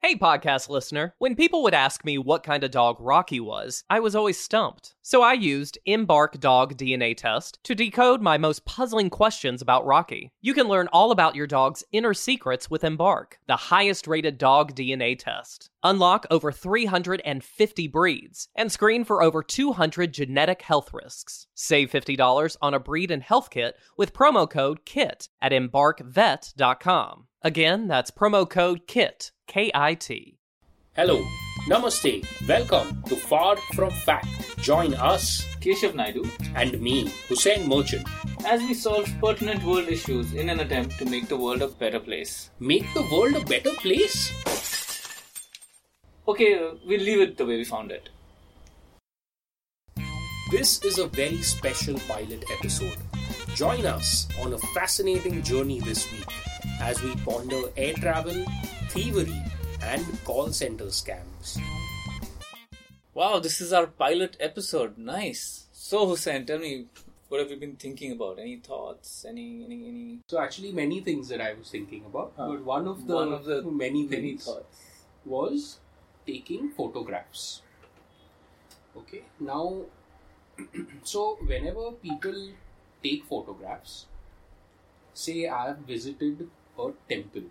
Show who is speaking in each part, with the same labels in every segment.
Speaker 1: Hey, podcast listener. When people would ask me what kind of dog Rocky was, I was always stumped. So I used Embark Dog DNA Test to decode my most puzzling questions about Rocky. You can learn all about your dog's inner secrets with Embark, the highest rated dog DNA test. Unlock over 350 breeds and screen for over 200 genetic health risks. Save $50 on a breed and health kit with promo code KIT at embarkvet.com. Again, that's promo code KIT, K I T.
Speaker 2: Hello, Namaste, welcome to Far From Fact. Join us
Speaker 3: Keshav Naidu,
Speaker 2: and me, Hussein Merchant,
Speaker 3: as we solve pertinent world issues in an attempt to make the world a better place.
Speaker 2: make the world a better place.
Speaker 3: Okay, uh, we'll leave it the way we found it.
Speaker 2: This is a very special pilot episode. Join us on a fascinating journey this week as we ponder air travel, thievery, and call center scams.
Speaker 3: Wow, this is our pilot episode. Nice. So Hussein, tell me, what have you been thinking about? Any thoughts? Any any any?
Speaker 2: So, actually, many things that I was thinking about,
Speaker 3: Huh.
Speaker 2: but Uh, one of the,
Speaker 3: One of the
Speaker 2: many
Speaker 3: Any
Speaker 2: things
Speaker 3: thoughts?
Speaker 2: was taking photographs. Okay, now, so whenever people take photographs, say I have visited a temple.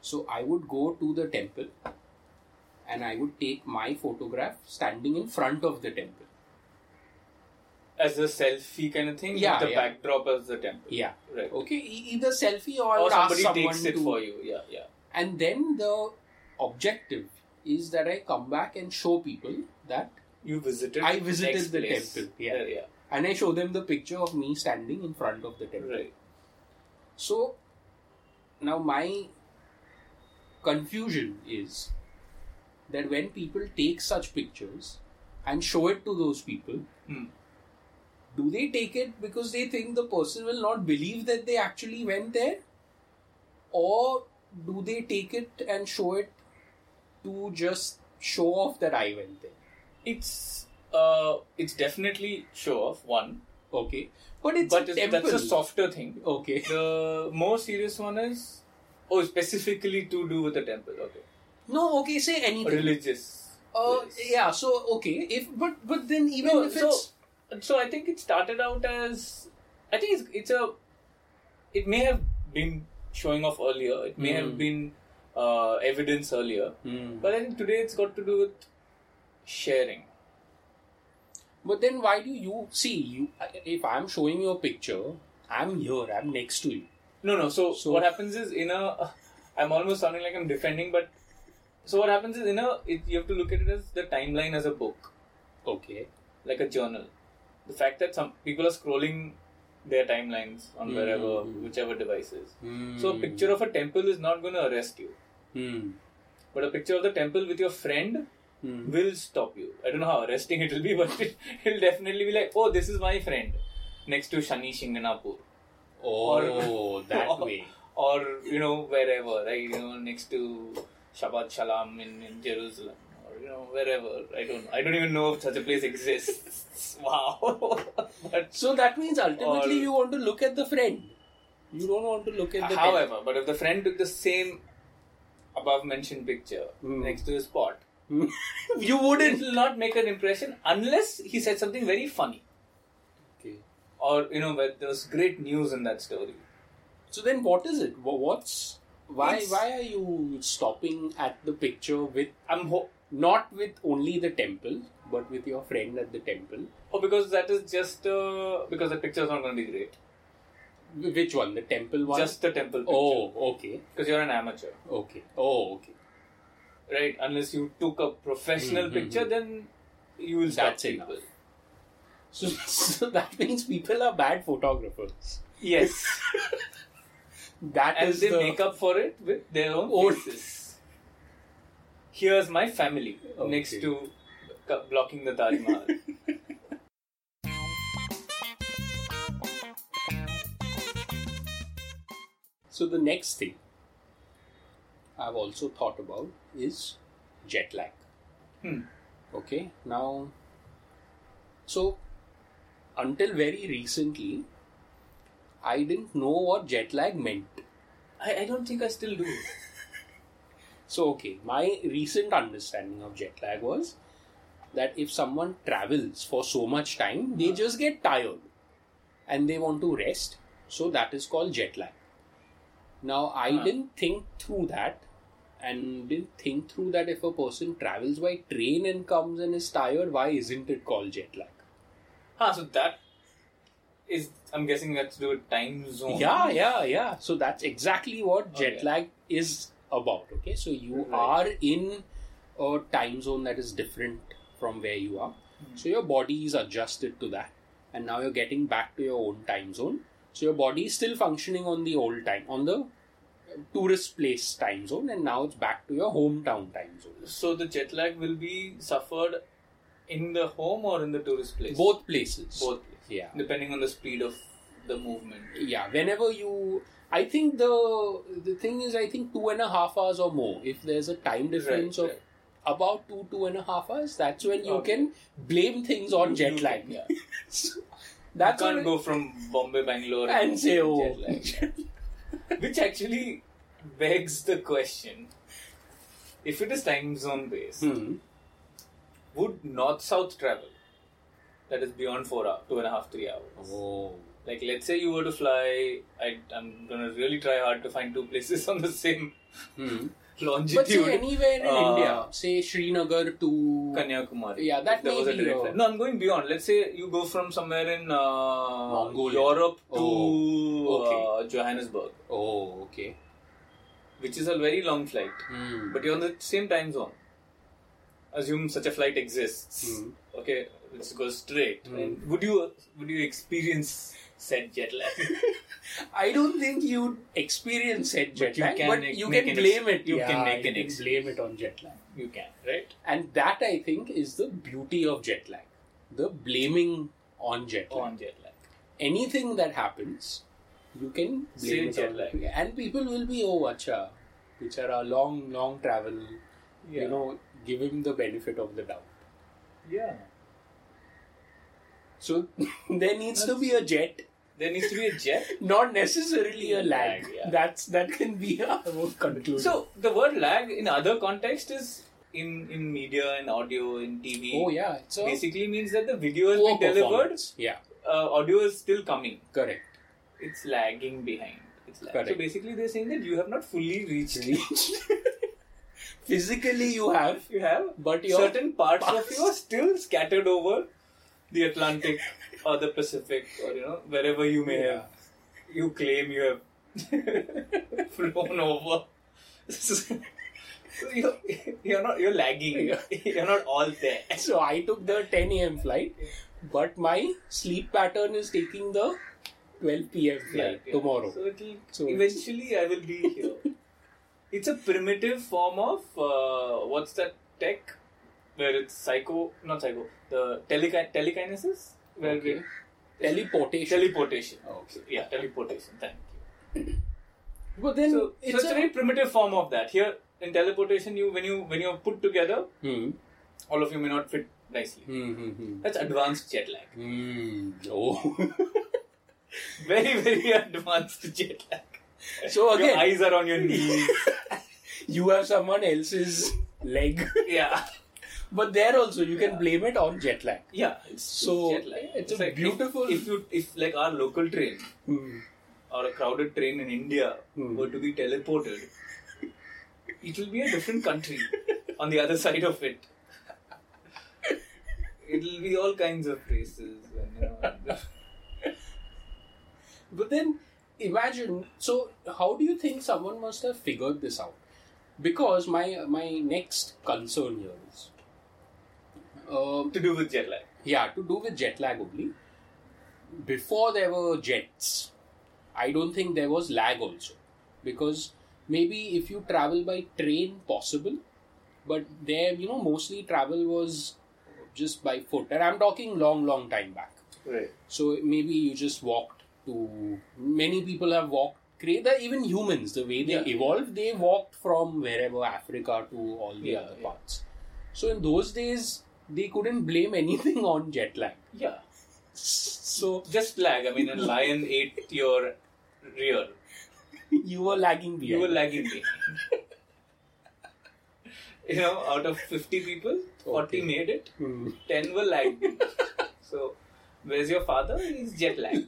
Speaker 2: So I would go to the temple and I would take my photograph standing in front of the temple.
Speaker 3: As a selfie kind of thing.
Speaker 2: Yeah,
Speaker 3: With the
Speaker 2: yeah.
Speaker 3: backdrop as the temple.
Speaker 2: Yeah.
Speaker 3: Right.
Speaker 2: Okay, e- either selfie or, I
Speaker 3: Or
Speaker 2: would ask
Speaker 3: somebody
Speaker 2: someone
Speaker 3: takes it
Speaker 2: to-
Speaker 3: for you. Yeah, yeah.
Speaker 2: And then the objective is that I come back and show people that
Speaker 3: You visited.
Speaker 2: I visited
Speaker 3: X
Speaker 2: the
Speaker 3: place.
Speaker 2: temple, yeah.
Speaker 3: yeah.
Speaker 2: and I show them the picture of me standing in front of the temple.
Speaker 3: Right.
Speaker 2: So now my confusion is that when people take such pictures and show it to those people,
Speaker 3: Hmm.
Speaker 2: do they take it because they think the person will not believe that they actually went there? Or do they take it and show it to just show off that I went there?
Speaker 3: It's uh, it's definitely show off one,
Speaker 2: Okay. But it's
Speaker 3: but
Speaker 2: a
Speaker 3: it's-
Speaker 2: temple.
Speaker 3: that's a softer thing.
Speaker 2: Okay.
Speaker 3: The more serious one is, oh, specifically to do with the temple. Okay,
Speaker 2: No, okay, say anything.
Speaker 3: religious.
Speaker 2: Uh,
Speaker 3: place.
Speaker 2: yeah. So okay, if but but then even
Speaker 3: No,
Speaker 2: if
Speaker 3: so,
Speaker 2: it's
Speaker 3: so I think it started out as, I think it's, it's a, it may have been showing off earlier. It may have
Speaker 2: Mm.
Speaker 3: been uh, evidence earlier,
Speaker 2: Hmm.
Speaker 3: but I think today it's got to do with sharing.
Speaker 2: but then why do you see you? If I'm showing you a picture, I'm here. I'm next to you.
Speaker 3: No, no. So,
Speaker 2: So-
Speaker 3: what happens is in a, I'm almost sounding like I'm defending, but so what happens is in a, it, you have to look at it as the timeline as a book,
Speaker 2: Okay.
Speaker 3: like a journal. The fact that some people are scrolling their timelines on
Speaker 2: Mm.
Speaker 3: wherever, whichever device is. So a picture of a temple is not going to arrest you,
Speaker 2: Hmm.
Speaker 3: but a picture of the temple with your friend
Speaker 2: Hmm.
Speaker 3: will stop you. I don't know how arresting it will be, but it, it'll definitely be like, oh, this is my friend next to Shani Shinganapur.
Speaker 2: Oh, that way.
Speaker 3: or you know wherever right you know next to Shabbat Shalom in, in Jerusalem or you know wherever I don't I don't even know if such a place exists wow but
Speaker 2: So that means ultimately
Speaker 3: Or-
Speaker 2: you want to look at the friend. You don't want to look at the
Speaker 3: however but if the friend took the same above mentioned picture
Speaker 2: Hmm.
Speaker 3: next to his pot
Speaker 2: temple. you
Speaker 3: it
Speaker 2: wouldn't.
Speaker 3: will not make an impression unless he said something very funny
Speaker 2: Okay.
Speaker 3: or you know where there was great news in that story
Speaker 2: So then, what is it? Wha- What's why?
Speaker 3: It's-
Speaker 2: Why are you stopping at the picture with
Speaker 3: I'm ho-
Speaker 2: not with only the temple, but with your friend at the temple?
Speaker 3: oh because that is just uh, because the picture is not going to be great
Speaker 2: Wh- Which one? The temple one.
Speaker 3: just the temple picture
Speaker 2: oh, okay,
Speaker 3: because you're an amateur
Speaker 2: okay, oh, okay.
Speaker 3: right? Unless you took a professional
Speaker 2: Mhm.
Speaker 3: picture, then you will stop
Speaker 2: That's enough.
Speaker 3: people.
Speaker 2: So, so that means people are bad photographers.
Speaker 3: Yes,
Speaker 2: That
Speaker 3: and
Speaker 2: is
Speaker 3: they
Speaker 2: the
Speaker 3: make up for it with their own
Speaker 2: Oh.
Speaker 3: faces. Here's my family
Speaker 2: Okay.
Speaker 3: next to co- blocking the Taj Mahal.
Speaker 2: So the next thing I've also thought about is jet lag.
Speaker 3: Hmm.
Speaker 2: Okay, now, so until very recently, I didn't know what jet lag meant.
Speaker 3: I, I don't think I still do.
Speaker 2: So, okay, my recent understanding of jet lag was that if someone travels for so much time, they just get tired and they want to rest. So, that is called jet lag. Now, I
Speaker 3: Uh-huh.
Speaker 2: didn't think through that and didn't think through that if a person travels by train and comes and is tired, why isn't it called jet lag?
Speaker 3: Huh, so that is, I'm guessing that's to do with time zone.
Speaker 2: Yeah, yeah, yeah. So that's exactly what jet
Speaker 3: Okay.
Speaker 2: lag is about. Okay, so you
Speaker 3: Oh, Right.
Speaker 2: are in a time zone that is different from where you are.
Speaker 3: Hmm.
Speaker 2: So your body is adjusted to that, and now you're getting back to your own time zone. So your body is still functioning on the old time, on the tourist place time zone, and now it's back to your hometown time zone.
Speaker 3: So the jet lag will be suffered in the home or in the tourist place?
Speaker 2: Both places.
Speaker 3: Both places.
Speaker 2: Yeah.
Speaker 3: Depending on the speed of the movement.
Speaker 2: yeah whenever you i think the the thing is i think two and a half hours or more if there's a time difference of
Speaker 3: right.
Speaker 2: about two two and a half hours that's when you
Speaker 3: Okay.
Speaker 2: can blame things on
Speaker 3: You-
Speaker 2: jet
Speaker 3: you
Speaker 2: lag
Speaker 3: can, yeah.
Speaker 2: that's
Speaker 3: you can't
Speaker 2: when-
Speaker 3: go from Bombay, Bangalore
Speaker 2: and say oh
Speaker 3: jet lag. Which actually begs the question if it is time zone based,
Speaker 2: Hmm.
Speaker 3: would north south travel that is beyond four hours, two and a half, three hours?
Speaker 2: oh
Speaker 3: Like, let's say you were to fly, I, I'm gonna really try hard to find two places on the same
Speaker 2: Hmm.
Speaker 3: longitude.
Speaker 2: but say anywhere in
Speaker 3: Uh,
Speaker 2: india say srinagar to
Speaker 3: Kanyakumari.
Speaker 2: Yeah, that
Speaker 3: There
Speaker 2: may
Speaker 3: was a
Speaker 2: be
Speaker 3: direct
Speaker 2: a-
Speaker 3: flight. No, I'm going beyond. Let's say you go from somewhere in uh,
Speaker 2: Mongolia.
Speaker 3: Europe to
Speaker 2: Oh, okay.
Speaker 3: uh, Johannesburg,
Speaker 2: oh okay
Speaker 3: which is a very long flight,
Speaker 2: Hmm.
Speaker 3: but you're on the same time zone. Assume such a flight exists.
Speaker 2: Hmm.
Speaker 3: Okay, let's go straight.
Speaker 2: Hmm.
Speaker 3: And would you would you experience said jet lag?
Speaker 2: I don't think you experience it jet
Speaker 3: But you
Speaker 2: lag,
Speaker 3: can
Speaker 2: but
Speaker 3: make-
Speaker 2: you
Speaker 3: make
Speaker 2: can
Speaker 3: an
Speaker 2: blame
Speaker 3: ex-
Speaker 2: it.
Speaker 3: you
Speaker 2: yeah,
Speaker 3: can make an
Speaker 2: you
Speaker 3: ex-
Speaker 2: can blame it on jet lag.
Speaker 3: you can, right?
Speaker 2: And that I think is the beauty of jet lag. The blaming on jet lag.
Speaker 3: On jet lag.
Speaker 2: Anything that happens, you can blame
Speaker 3: Say
Speaker 2: it
Speaker 3: jet
Speaker 2: on
Speaker 3: lag.
Speaker 2: And people will be, oh, acha, which are a long, long travel.
Speaker 3: Yeah.
Speaker 2: You know, give him the benefit of the doubt.
Speaker 3: Yeah.
Speaker 2: So there needs to be a jet,
Speaker 3: There needs to be a jet.
Speaker 2: not necessarily a lag.
Speaker 3: Lag, yeah.
Speaker 2: That's that can be our conclusion.
Speaker 3: So the word lag in other context is in in media, in audio, in TV.
Speaker 2: oh yeah, it's a
Speaker 3: Basically means that the video has
Speaker 2: poor
Speaker 3: been delivered,
Speaker 2: performance. Yeah,
Speaker 3: uh, audio is still coming.
Speaker 2: correct.
Speaker 3: It's lagging behind. It's lag. So
Speaker 2: Correct.
Speaker 3: basically, they're saying that you have not fully reached.
Speaker 2: Physically, you have,
Speaker 3: you have
Speaker 2: but your
Speaker 3: certain parts of
Speaker 2: parts-
Speaker 3: you are still scattered over the Atlantic or the Pacific or you know wherever you may
Speaker 2: Yeah.
Speaker 3: have. You claim you have flown over. So you're, you're not. You're lagging. You're not all there.
Speaker 2: So I took the 10 a.m. flight, but my sleep pattern is taking the 12 p.m. flight
Speaker 3: Yeah, yeah.
Speaker 2: tomorrow.
Speaker 3: So it'll
Speaker 2: So it's-
Speaker 3: eventually I will be here. it's a primitive form of uh, what's that tech where it's psycho not psycho the telekin- telekinesis where
Speaker 2: Okay. Oh.
Speaker 3: we
Speaker 2: Teleportation.
Speaker 3: teleportation.
Speaker 2: Okay.
Speaker 3: Yeah, teleportation. Thank you.
Speaker 2: But then
Speaker 3: So it's, so
Speaker 2: it's
Speaker 3: it's a very primitive form of that. Here in teleportation, you when you when you're put together,
Speaker 2: Hmm.
Speaker 3: all of you may not fit nicely.
Speaker 2: Hmm. Hmm. hmm.
Speaker 3: That's advanced jet lag.
Speaker 2: Hmm. Oh.
Speaker 3: Very very advanced jet lag.
Speaker 2: So
Speaker 3: your
Speaker 2: again-
Speaker 3: eyes are on your knees.
Speaker 2: you have someone else's leg,
Speaker 3: yeah.
Speaker 2: but there also you can blame it on jet lag.
Speaker 3: Yeah, it's
Speaker 2: So,
Speaker 3: jet lag.
Speaker 2: it's a
Speaker 3: like if-
Speaker 2: beautiful-
Speaker 3: If, you if like our local train
Speaker 2: Hmm.
Speaker 3: or a crowded train in India
Speaker 2: Hmm.
Speaker 3: were to be teleported, it will be a different country on the other side of it. It'll be all kinds of races and you know.
Speaker 2: But then imagine so how do you think someone must have figured this out? Because my my next concern here is um,
Speaker 3: to do with jet lag.
Speaker 2: yeah, to do with jet lag only. Before there were jets, I don't think there was lag also. Because maybe if you travel by train, possible. But there, you know, mostly travel was just by foot. And I'm talking long, long time back.
Speaker 3: Right.
Speaker 2: So maybe you just walked to. Many people have walked. Cre- the- even humans, the way they
Speaker 3: Yeah.
Speaker 2: evolved, they walked from wherever Africa to all the
Speaker 3: Yeah,
Speaker 2: other
Speaker 3: yeah.
Speaker 2: parts. So in those days, they couldn't blame anything on jet lag.
Speaker 3: Yeah.
Speaker 2: So
Speaker 3: Just lag. I mean a lion ate your rear.
Speaker 2: you were lagging behind.
Speaker 3: You were lagging behind. you know, out of 50 people, 40
Speaker 2: Okay.
Speaker 3: made it,
Speaker 2: Hmm.
Speaker 3: 10 were lagged. so, where's your father? He's jet lag.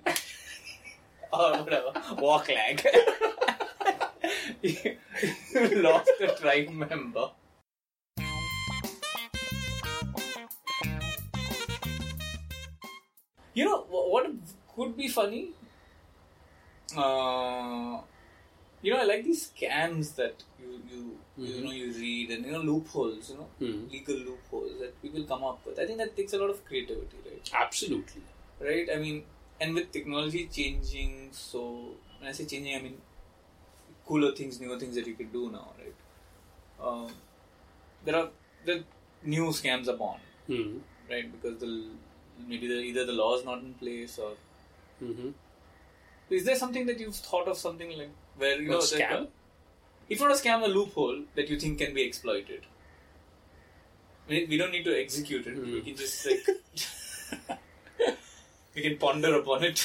Speaker 3: or whatever, Oh, walk lag. you lost a tribe member. You know wh- what could be funny? Uh, you know, I like these scams that you you you
Speaker 2: Mhm.
Speaker 3: know you read and you know loopholes, you know
Speaker 2: Mhm.
Speaker 3: legal loopholes that people come up with. I think that takes a lot of creativity, right?
Speaker 2: Absolutely.
Speaker 3: Right? I mean, and with technology changing, so when I say changing, I mean cooler things, newer things that you could do now, right? Um, there are the new scams are born,
Speaker 2: Hmm.
Speaker 3: right? Because the maybe the, either the law is not in place or
Speaker 2: Mm-hmm.
Speaker 3: Is there something that you've thought of something like uh, where you
Speaker 2: A
Speaker 3: know that-
Speaker 2: scam?
Speaker 3: if not a scam, a loophole that you think can be exploited. We, we don't need to execute it. We
Speaker 2: Hmm.
Speaker 3: can just like we can ponder upon it.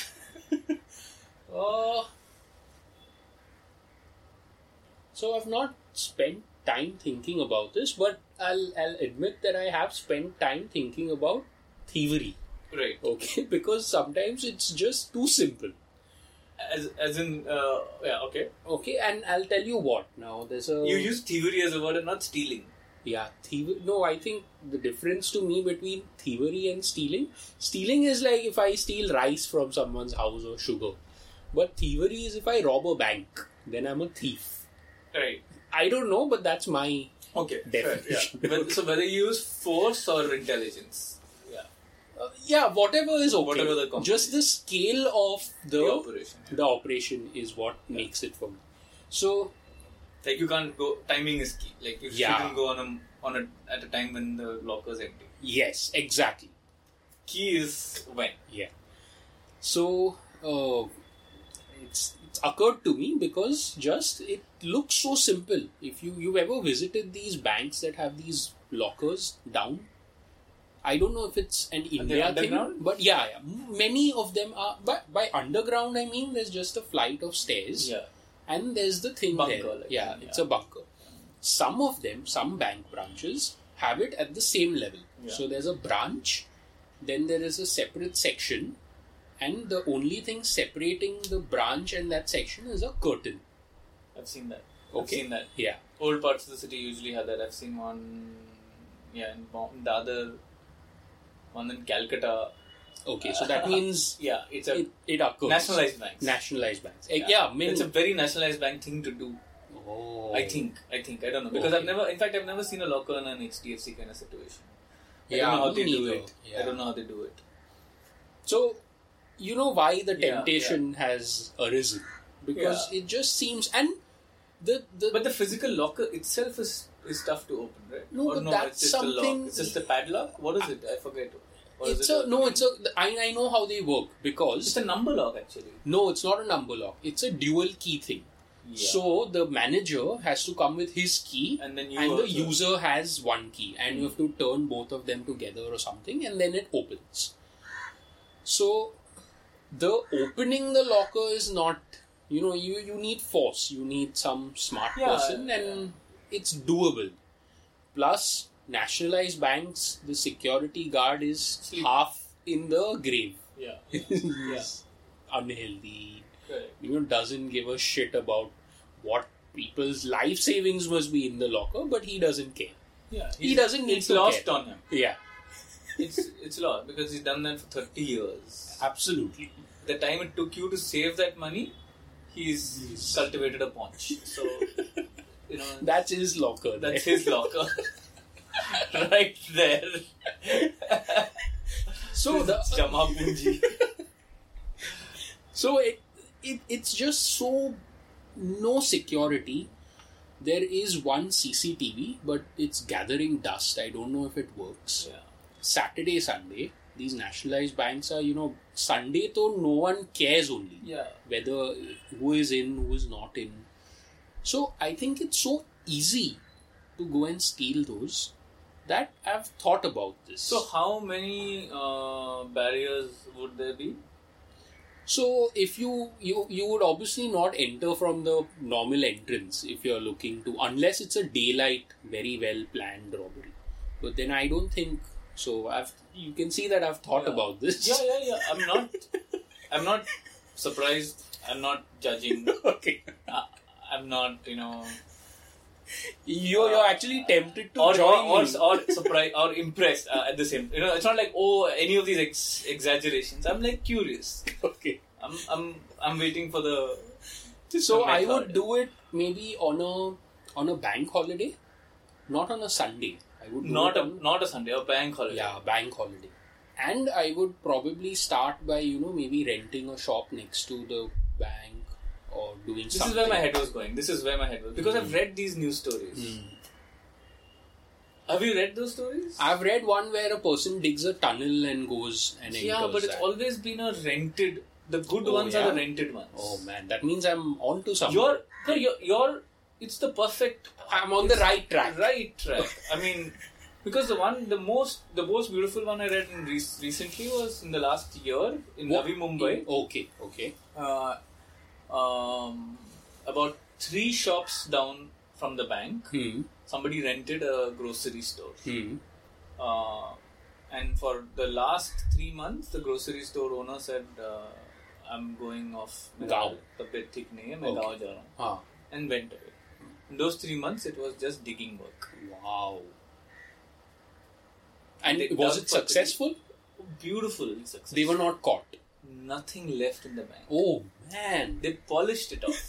Speaker 3: Oh,
Speaker 2: Uh, so I've not spent time thinking about this, but I'll I'll admit that I have spent time thinking about thievery.
Speaker 3: right.
Speaker 2: Okay, because sometimes it's just too simple.
Speaker 3: As as in uh, yeah okay.
Speaker 2: Okay, and I'll tell you what. Now there's a
Speaker 3: You use thievery as a word and not stealing.
Speaker 2: yeah thievery. No, I think the difference to me between thievery and stealing, stealing is like if I steal rice from someone's house or sugar, but thievery is if I rob a bank, then I'm a thief.
Speaker 3: Right.
Speaker 2: I don't know, but that's my
Speaker 3: Okay.
Speaker 2: Definition.
Speaker 3: Fair, yeah. But- so whether you use force or intelligence. Yeah.
Speaker 2: Uh, yeah, whatever is okay.
Speaker 3: Whatever the compromise.
Speaker 2: Just the scale of the,
Speaker 3: The operation, yeah.
Speaker 2: the operation is what makes it for me. So
Speaker 3: Like you can't go. Timing is key. Like you
Speaker 2: Yeah.
Speaker 3: shouldn't go on a on a at a time when the locker's empty.
Speaker 2: yes, exactly.
Speaker 3: Key is when.
Speaker 2: Yeah. So uh, it's it's occurred to me because just it looks so simple. If you you've ever visited these banks that have these lockers down. I don't know if it's an
Speaker 3: they
Speaker 2: India thing,
Speaker 3: underground?
Speaker 2: but yeah, yeah, many of them are. But by underground, I mean there's just a flight of stairs. and there's the thing
Speaker 3: Bunker,
Speaker 2: there.
Speaker 3: like,
Speaker 2: yeah,
Speaker 3: yeah.
Speaker 2: it's a bunker. Some of them, some bank branches have it at the same level.
Speaker 3: Yeah.
Speaker 2: So there's a branch, then there is a separate section, and the only thing separating the branch and that section is a curtain.
Speaker 3: I've seen that. I've
Speaker 2: Okay.
Speaker 3: seen that.
Speaker 2: Yeah,
Speaker 3: Old parts of the city usually have that. I've seen one, yeah, in Bom- the other one in Calcutta.
Speaker 2: okay. So that means
Speaker 3: Yeah, it's a
Speaker 2: it, it occurs.
Speaker 3: nationalized bank.
Speaker 2: Nationalized banks. Eh, yeah, many.
Speaker 3: it's a very nationalized bank thing to do.
Speaker 2: oh.
Speaker 3: I think. I think. I don't know because
Speaker 2: Okay.
Speaker 3: I've never. In fact, I've never seen a locker in an HDFC kind of situation. I
Speaker 2: Yeah,
Speaker 3: don't know how
Speaker 2: me
Speaker 3: they do
Speaker 2: neither.
Speaker 3: it. I
Speaker 2: Yeah.
Speaker 3: don't know how they do it.
Speaker 2: So, you know why the
Speaker 3: Yeah,
Speaker 2: temptation has arisen because it just seems and the the
Speaker 3: But the physical locker itself is is tough to open, right?
Speaker 2: No,
Speaker 3: or
Speaker 2: but
Speaker 3: no,
Speaker 2: that's
Speaker 3: it's just a lock.
Speaker 2: something-
Speaker 3: It's just a padlock. What is it? I forget. What is
Speaker 2: it's
Speaker 3: it?
Speaker 2: a no it's a I, I know how they work because
Speaker 3: It's a number lock actually.
Speaker 2: no it's not a number lock it's a dual key thing
Speaker 3: Yeah.
Speaker 2: so the manager has to come with his key
Speaker 3: And then you
Speaker 2: and the
Speaker 3: also-
Speaker 2: user has one key and you have to turn both of them together or something and then it opens so the opening the locker is not you know you you need force you need some smart
Speaker 3: Yeah,
Speaker 2: person and it's doable plus nationalized banks the security guard is
Speaker 3: Sleep.
Speaker 2: half in the grave
Speaker 3: Yeah. yeah.
Speaker 2: He's unhealthy
Speaker 3: Correct.
Speaker 2: you know doesn't give a shit about what people's life savings must be in the locker but he doesn't care
Speaker 3: Yeah.
Speaker 2: He doesn't need
Speaker 3: It's
Speaker 2: to
Speaker 3: lost
Speaker 2: care.
Speaker 3: on him.
Speaker 2: yeah
Speaker 3: It's it's lost because he's done that for thirty years.
Speaker 2: absolutely
Speaker 3: The time it took you to save that money, he's
Speaker 2: Yes.
Speaker 3: cultivated a paunch. So you know
Speaker 2: that's his locker
Speaker 3: that's
Speaker 2: there.
Speaker 3: his locker. right there.
Speaker 2: so the,
Speaker 3: Jama Punji.
Speaker 2: so it, it it's just so no security there is one cctv but it's gathering dust i don't know if it works
Speaker 3: Yeah.
Speaker 2: saturday sunday these nationalized banks are you know sunday though no one cares only
Speaker 3: Yeah.
Speaker 2: whether who is in, who is not in. So I think it's so easy to go and steal those that I've thought about this.
Speaker 3: So how many uh, barriers would there be?
Speaker 2: So if you you you would obviously not enter from the normal entrance if you're looking to unless it's a daylight very well planned robbery. But then I don't think so. I've you can see that I've thought
Speaker 3: Yeah.
Speaker 2: about this.
Speaker 3: Yeah, yeah, yeah. I'm not. I'm not surprised. I'm not judging.
Speaker 2: okay.
Speaker 3: I'm not, you know,
Speaker 2: You you're actually tempted to
Speaker 3: or
Speaker 2: join
Speaker 3: or, or,
Speaker 2: me.
Speaker 3: or surprised or impressed uh, at the same. You know, it's not like oh, any of these ex- exaggerations. I'm like curious.
Speaker 2: okay.
Speaker 3: I'm I'm I'm waiting for the.
Speaker 2: So
Speaker 3: the
Speaker 2: I
Speaker 3: method.
Speaker 2: would do it maybe on a on a bank holiday, not on a Sunday. I would do
Speaker 3: Not
Speaker 2: it
Speaker 3: a
Speaker 2: on-
Speaker 3: not a Sunday, a bank holiday.
Speaker 2: Yeah, bank holiday. And I would probably start by, you know, maybe renting a shop next to the bank or doing
Speaker 3: This
Speaker 2: something. Hmm.
Speaker 3: is where my head was going. This is where my head was because I've read these news stories. Have you read those stories?
Speaker 2: I've read one where a person digs a tunnel and goes and
Speaker 3: yeah,
Speaker 2: enters
Speaker 3: but it's
Speaker 2: that.
Speaker 3: always been a rented. The good
Speaker 2: Oh,
Speaker 3: ones are the
Speaker 2: yeah?
Speaker 3: rented ones.
Speaker 2: Oh man, that means I'm on to something.
Speaker 3: You're, no, you're, you're, it's the perfect.
Speaker 2: I'm on the
Speaker 3: it's
Speaker 2: right track.
Speaker 3: Right track. I mean, because the one, the most, the most beautiful one I read in re- recently was in the last year in
Speaker 2: What-
Speaker 3: Navi Mumbai.
Speaker 2: Okay, okay.
Speaker 3: Uh, um, about three shops down from the bank,
Speaker 2: Hmm.
Speaker 3: somebody rented a grocery store.
Speaker 2: Hmm.
Speaker 3: Uh, and for the last three months, the grocery store owner said, uh, I'm going off. मेरा
Speaker 2: गाँव.
Speaker 3: तबीयत ठीक नहीं है मैं
Speaker 2: Okay.
Speaker 3: गाँव जा रहा हूँ
Speaker 2: Ah.
Speaker 3: and went away. In those three months, it was just digging work.
Speaker 2: Wow. And
Speaker 3: They
Speaker 2: was
Speaker 3: dug
Speaker 2: it
Speaker 3: for three-
Speaker 2: successful?
Speaker 3: Beautiful success.
Speaker 2: They were not caught.
Speaker 3: nothing left in the bank.
Speaker 2: Oh man.
Speaker 3: They polished it off.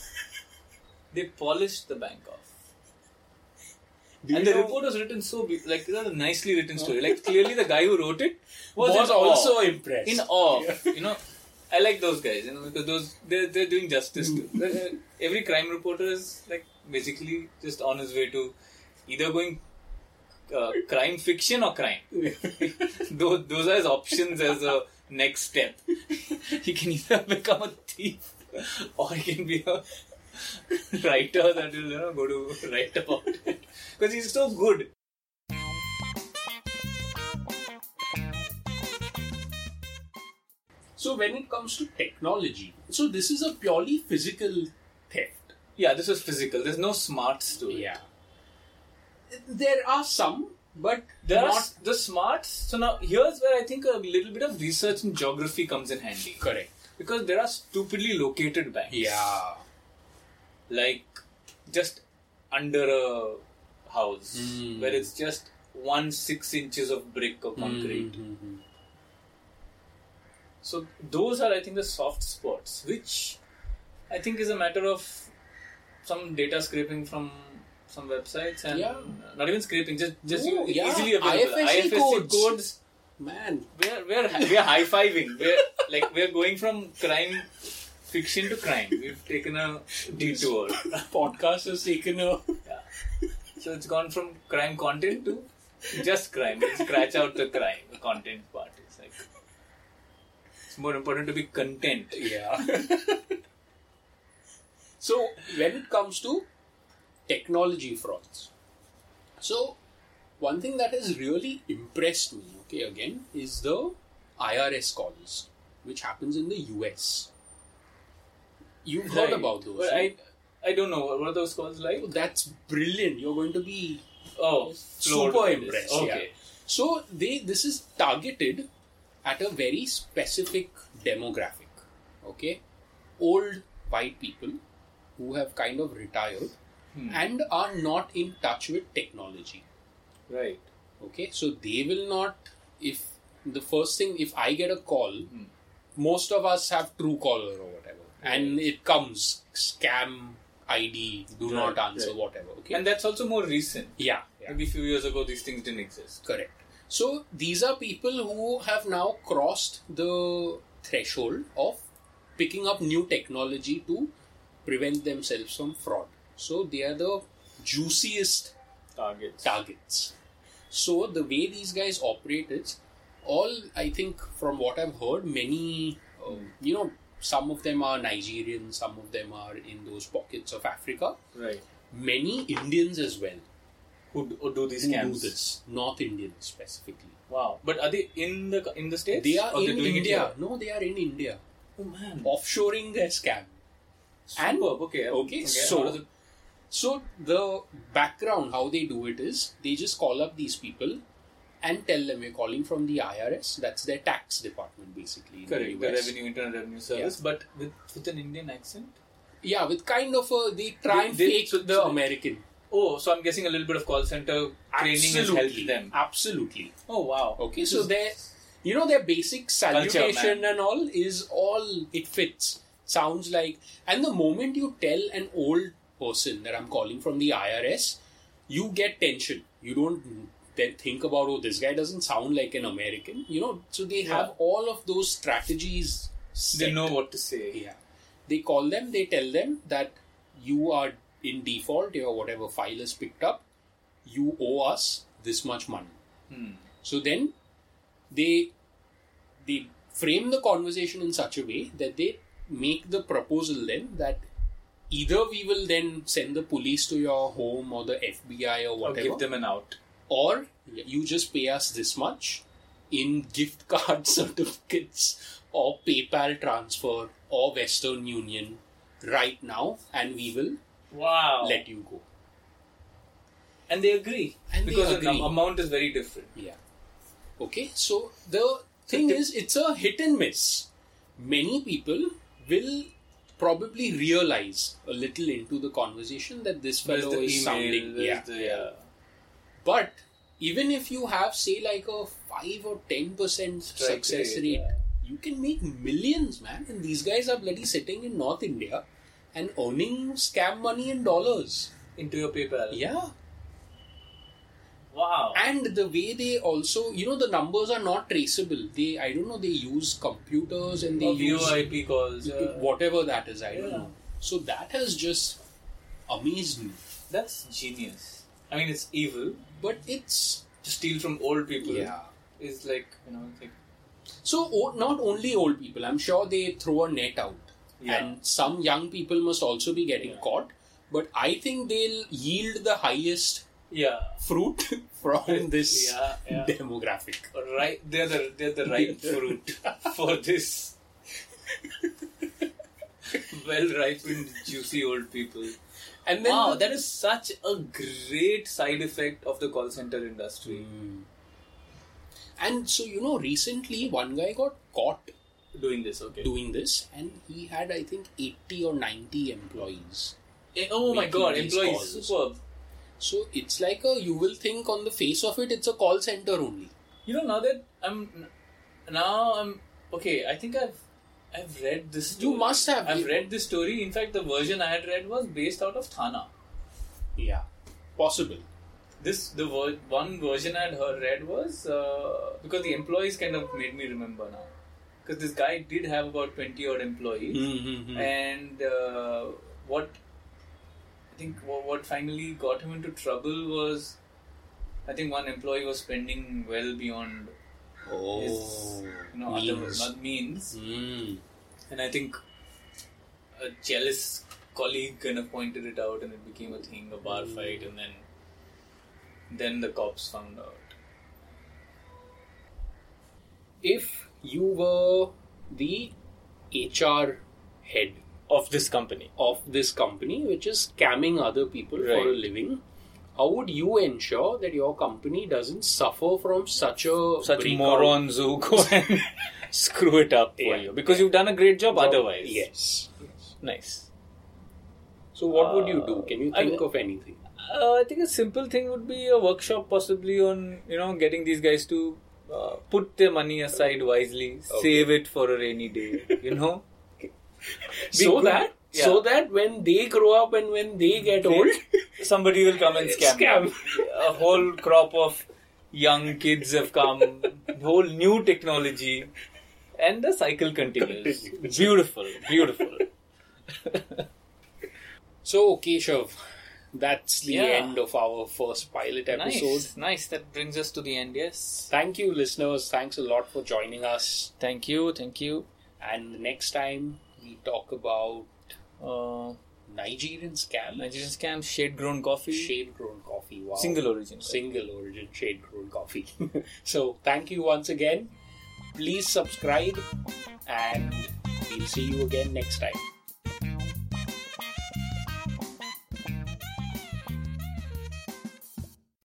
Speaker 3: they polished the bank off.
Speaker 2: Do
Speaker 3: and
Speaker 2: you
Speaker 3: the
Speaker 2: know-
Speaker 3: report was written so be- like it was a nicely written story. Like clearly, the guy who wrote it was,
Speaker 2: Was
Speaker 3: in awe.
Speaker 2: also impressed.
Speaker 3: In awe, you know. I like those guys, you know, because those they're, they're doing justice.
Speaker 2: Mm.
Speaker 3: to Every crime reporter is like basically just on his way to either going uh, crime fiction or crime. those, those are his options as a next step. he can either become a thief or he can be a writer that will you know, go to write about it because he's so good.
Speaker 2: So when it comes to technology, so this is a purely physical theft.
Speaker 3: Yeah, this was physical. There's no smarts to it.
Speaker 2: There are some, but
Speaker 3: There are
Speaker 2: not
Speaker 3: s- the smarts. So now here's where I think a little bit of research in geography comes in handy
Speaker 2: correct.
Speaker 3: because there are stupidly located banks.
Speaker 2: Yeah.
Speaker 3: like just under a house
Speaker 2: Hmm.
Speaker 3: where it's just one six inches of brick or concrete.
Speaker 2: hmm,
Speaker 3: So those are, I think, the soft spots, which I think is a matter of some data scraping from some websites and
Speaker 2: Yeah.
Speaker 3: not even scraping, just just
Speaker 2: No,
Speaker 3: you-
Speaker 2: yeah.
Speaker 3: easily available.
Speaker 2: IFSC codes.
Speaker 3: codes.
Speaker 2: Man.
Speaker 3: We're we're we're high fiving. We're like we're going from crime fiction to crime. We've taken a detour.
Speaker 2: Podcast has taken a
Speaker 3: So it's gone from crime content to just crime. We scratch out the crime, the content part. It's like it's more important to be content.
Speaker 2: Yeah. so when it comes to technology frauds, so one thing that has really impressed me, okay, again, is the IRS calls, which happens in the US. You've heard about those.
Speaker 3: Well,
Speaker 2: right?
Speaker 3: I I don't know what are those calls like.
Speaker 2: That's brilliant. You're going to be
Speaker 3: Oh,
Speaker 2: super
Speaker 3: floored by this.
Speaker 2: impressed.
Speaker 3: Okay,
Speaker 2: yeah. So they this is targeted at a very specific demographic. Okay, old white people who have kind of retired
Speaker 3: Hmm.
Speaker 2: and are not in touch with technology.
Speaker 3: right.
Speaker 2: Okay, so they will not. If the first thing, if I get a call,
Speaker 3: Hmm.
Speaker 2: most of us have True Caller or whatever, and it comes scam ID, do
Speaker 3: Right,
Speaker 2: not answer,
Speaker 3: right.
Speaker 2: whatever. Okay,
Speaker 3: And that's also more recent.
Speaker 2: yeah, yeah.
Speaker 3: Maybe a few years ago, these things didn't exist.
Speaker 2: Correct. So these are people who have now crossed the threshold of picking up new technology to prevent themselves from fraud. So they are the juiciest
Speaker 3: Targets.
Speaker 2: targets. So the way these guys operate is all I think from what I've heard, many uh, you know some of them are Nigerian, some of them are in those pockets of Africa,
Speaker 3: Right.
Speaker 2: many Indians as well
Speaker 3: Who do, who do these
Speaker 2: who
Speaker 3: scams?
Speaker 2: do this, North Indians specifically.
Speaker 3: Wow. But are they in the in the states?
Speaker 2: They are
Speaker 3: Or they're
Speaker 2: in
Speaker 3: doing it
Speaker 2: India.
Speaker 3: here?
Speaker 2: No, they are in India.
Speaker 3: Oh man.
Speaker 2: offshoring their scam. And-
Speaker 3: Superb. Okay.
Speaker 2: Okay,
Speaker 3: how
Speaker 2: so
Speaker 3: does it-
Speaker 2: so the background how they do it is they just call up these people and tell them we're calling from the IRS. That's their tax department basically. in the
Speaker 3: correct. The
Speaker 2: US.
Speaker 3: revenue, internal revenue service, but with with an Indian accent.
Speaker 2: Yeah, with kind of a they try and
Speaker 3: They- they-
Speaker 2: fake
Speaker 3: so-
Speaker 2: the
Speaker 3: so they-
Speaker 2: American
Speaker 3: Oh, so I'm guessing a little bit of call center training has helped them.
Speaker 2: Absolutely.
Speaker 3: Oh wow.
Speaker 2: Okay,
Speaker 3: This
Speaker 2: so
Speaker 3: is-
Speaker 2: their you know their basic
Speaker 3: man.
Speaker 2: salutation and all is all it fits. Sounds like and the moment you tell an old person that I'm calling from the IRS, you get tension. You don't then think about oh this guy doesn't sound like an American. You know, so they have all of those strategies.
Speaker 3: they
Speaker 2: set.
Speaker 3: know what to say.
Speaker 2: Yeah. They call them, they tell them that you are in default, your whatever file is picked up, you owe us this much money.
Speaker 3: Hmm.
Speaker 2: So then they they frame the conversation in such a way that they make the proposal then that either we will then send the police to your home or the FBI or
Speaker 3: Or
Speaker 2: whatever
Speaker 3: give them an out.
Speaker 2: or you just pay us this much in gift card certificates or PayPal transfer or Western Union right now, and we will
Speaker 3: Wow.
Speaker 2: let you go.
Speaker 3: and they agree
Speaker 2: And they
Speaker 3: because the
Speaker 2: agree.
Speaker 3: num- amount is very different.
Speaker 2: Yeah. Okay, so the thing is, it's a hit and miss. Many people will probably realize a little into the conversation that this
Speaker 3: There's
Speaker 2: fellow
Speaker 3: the
Speaker 2: is
Speaker 3: email.
Speaker 2: sounding.
Speaker 3: there's
Speaker 2: Yeah.
Speaker 3: The, yeah.
Speaker 2: But even if you have, say, like a 5 or 10%
Speaker 3: Strike
Speaker 2: success
Speaker 3: rate,
Speaker 2: rate,
Speaker 3: yeah.
Speaker 2: you can make millions, man. And these guys are bloody sitting in North India and earning scam money in dollars.
Speaker 3: Into your PayPal.
Speaker 2: Yeah.
Speaker 3: Wow.
Speaker 2: And the way they also, you know, the numbers are not traceable. They, I don't know, they use computers and they
Speaker 3: Or
Speaker 2: use
Speaker 3: VoIP calls. uh, yeah.
Speaker 2: whatever that is, I don't
Speaker 3: Yeah.
Speaker 2: know. So that has just amazed me.
Speaker 3: That's genius. I mean, it's evil
Speaker 2: But it's,
Speaker 3: to steal from old people.
Speaker 2: yeah.
Speaker 3: Is like you know, it's like
Speaker 2: So o- not only old people, I'm sure they throw a net out,
Speaker 3: Yeah.
Speaker 2: and some young people must also be getting
Speaker 3: Yeah.
Speaker 2: caught. But I think they'll yield the highest
Speaker 3: yeah.
Speaker 2: fruit from this
Speaker 3: yeah, yeah.
Speaker 2: demographic.
Speaker 3: Right, they're the they're the ripe fruit for this. well ripened, juicy old people.
Speaker 2: And then
Speaker 3: Wow,
Speaker 2: the-
Speaker 3: that is such a great side effect of the call center industry.
Speaker 2: and so you know, recently one guy got caught
Speaker 3: Mm. Doing this, okay?
Speaker 2: doing this, and he had I think 80 or 90 employees.
Speaker 3: Eh, oh my
Speaker 2: Making
Speaker 3: god,
Speaker 2: these
Speaker 3: employees,
Speaker 2: calls.
Speaker 3: superb.
Speaker 2: So it's like a you will think on the face of it, it's a call center only.
Speaker 3: You know, now that I'm now I'm okay. I think I've I've read this. Story.
Speaker 2: You must have.
Speaker 3: I've read this story. In fact, the version I had read was based out of Thana.
Speaker 2: Yeah, possible.
Speaker 3: This the ver- one version I had heard, read was uh, because the employees kind of made me remember now. Because this guy did have about twenty odd employees, Mm-hmm.
Speaker 2: Mm-hmm.
Speaker 3: and uh, what I think wha- what finally got him into trouble was, I think one employee was spending well beyond
Speaker 2: Oh,
Speaker 3: his you know
Speaker 2: means.
Speaker 3: other not means,
Speaker 2: Mm.
Speaker 3: and I think a jealous colleague kind of pointed it out, and it became a thing, a bar fight, and then then the cops found out.
Speaker 2: If you were the HR head
Speaker 3: of this company.
Speaker 2: of this company, which is scamming other people
Speaker 3: Right.
Speaker 2: for a living, how would you ensure that your company doesn't suffer from such a
Speaker 3: Such
Speaker 2: breakout
Speaker 3: morons who go and screw it up for
Speaker 2: Yeah.
Speaker 3: you because you've done a great job,
Speaker 2: job?
Speaker 3: otherwise.
Speaker 2: Yes.
Speaker 3: Nice.
Speaker 2: So what would you do? Can you
Speaker 3: Uh, I-
Speaker 2: think of anything?
Speaker 3: Uh, I think a simple thing would be a workshop, possibly on you know getting these guys to uh, put their money aside wisely, save it for a rainy day. You know, Be
Speaker 2: so
Speaker 3: good.
Speaker 2: that
Speaker 3: Yeah.
Speaker 2: so that when they grow up and when they get old,
Speaker 3: somebody will come and scam.
Speaker 2: Scam.
Speaker 3: a whole crop of young kids have come, whole new technology, and the cycle continues. Beautiful, beautiful.
Speaker 2: so okay, Shav, that's the
Speaker 3: Yeah.
Speaker 2: end of our first pilot episode.
Speaker 3: nice, nice. That brings us to the end. Yes.
Speaker 2: Thank you, listeners. Thanks a lot for joining us.
Speaker 3: Thank you, thank you.
Speaker 2: And next time we talk about
Speaker 3: Uh,
Speaker 2: Nigerian scam,
Speaker 3: Nigerian scam, shade grown coffee,
Speaker 2: shade grown coffee. Wow.
Speaker 3: single origin.
Speaker 2: Single origin shade grown coffee. so thank you once again. Please subscribe and We'll see you again next time.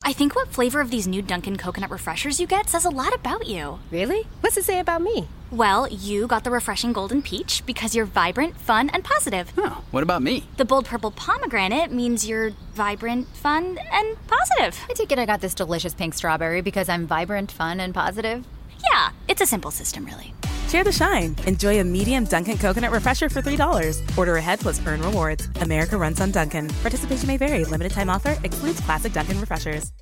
Speaker 4: I think what flavor of these new Dunkin' coconut refreshers you get says a lot about you.
Speaker 5: Really? What's it say about me?
Speaker 4: Well, you got the refreshing golden peach because you're vibrant, fun, and positive.
Speaker 6: Oh, what about me?
Speaker 4: The bold purple pomegranate means you're vibrant, fun, and positive.
Speaker 5: I take it I got this delicious pink strawberry because I'm vibrant, fun, and positive.
Speaker 4: Yeah, it's a simple system, really.
Speaker 7: Share the shine. Enjoy a medium Dunkin' coconut refresher for $3. Order ahead plus earn rewards. America runs on Dunkin'. Participation may vary. Limited time offer excludes classic Dunkin' refreshers.